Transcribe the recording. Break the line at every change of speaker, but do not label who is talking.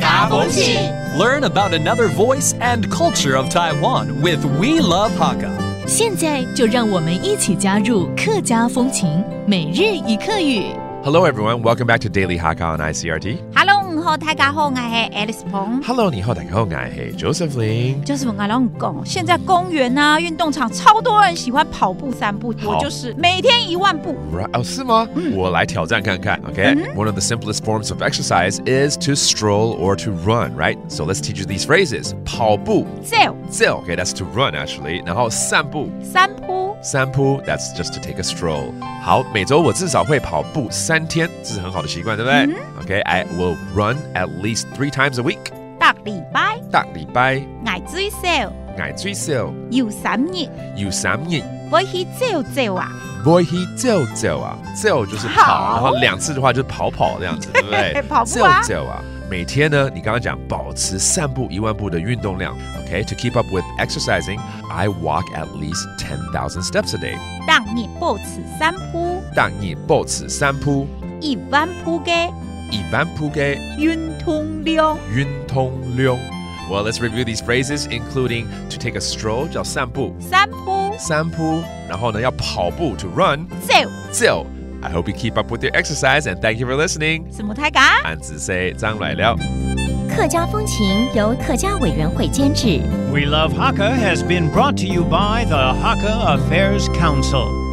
茶红系。
Learn about another voice and culture of Taiwan with We Love Hakka.
现在就让我们一起加入客家风情每日一客语。
Hello, everyone. Welcome back to Daily Hakka on ICRT.
Hello，午好，大家好，我系 Alice 彭。
Hello, 你好，大家好，我是 Joseph Lin。
就是我刚刚讲，现在公园啊、运动场超多人喜欢跑步、散步，
好
我就是每天一万步。
Right, 哦，是吗？我来挑战看看, Okay. One of the simplest forms of exercise is to stroll or to run, right? So let's teach you these phrases. 跑步,
走，
走, okay, that's to run actually. 然后散步,
三步，
散步, that's just to take a stroll. 好，每周我至少会跑步三天，这是很好的习惯，对不对？Okay, I will run at least three times a week.
大礼拜，挨最少
大礼拜，捱最少，有三日，
有三日，不去走走啊，
boy he 走走啊，走就是跑，
跑
然后两次的话就是跑跑这样子，对不对？
跑步啊
走走啊。每天呢，你刚刚讲保持散步一万步的运动量，OK？To、keep up with exercising, I walk at least ten thousand steps a day。
当日保持三步，
但你保持散步
一万步嘅
一万步的
运动量。
运动量。Well, let's review these phrases, including to take a stroll 叫散步，
三步
散步，然后呢要跑步 to run
走，
走。I hope you keep up with your exercise and thank you for listening.
什么太敢？
安子 C 张来了。
客家风情由客家委员会监制。
We Love Hakka has been brought to you by the Hakka Affairs Council.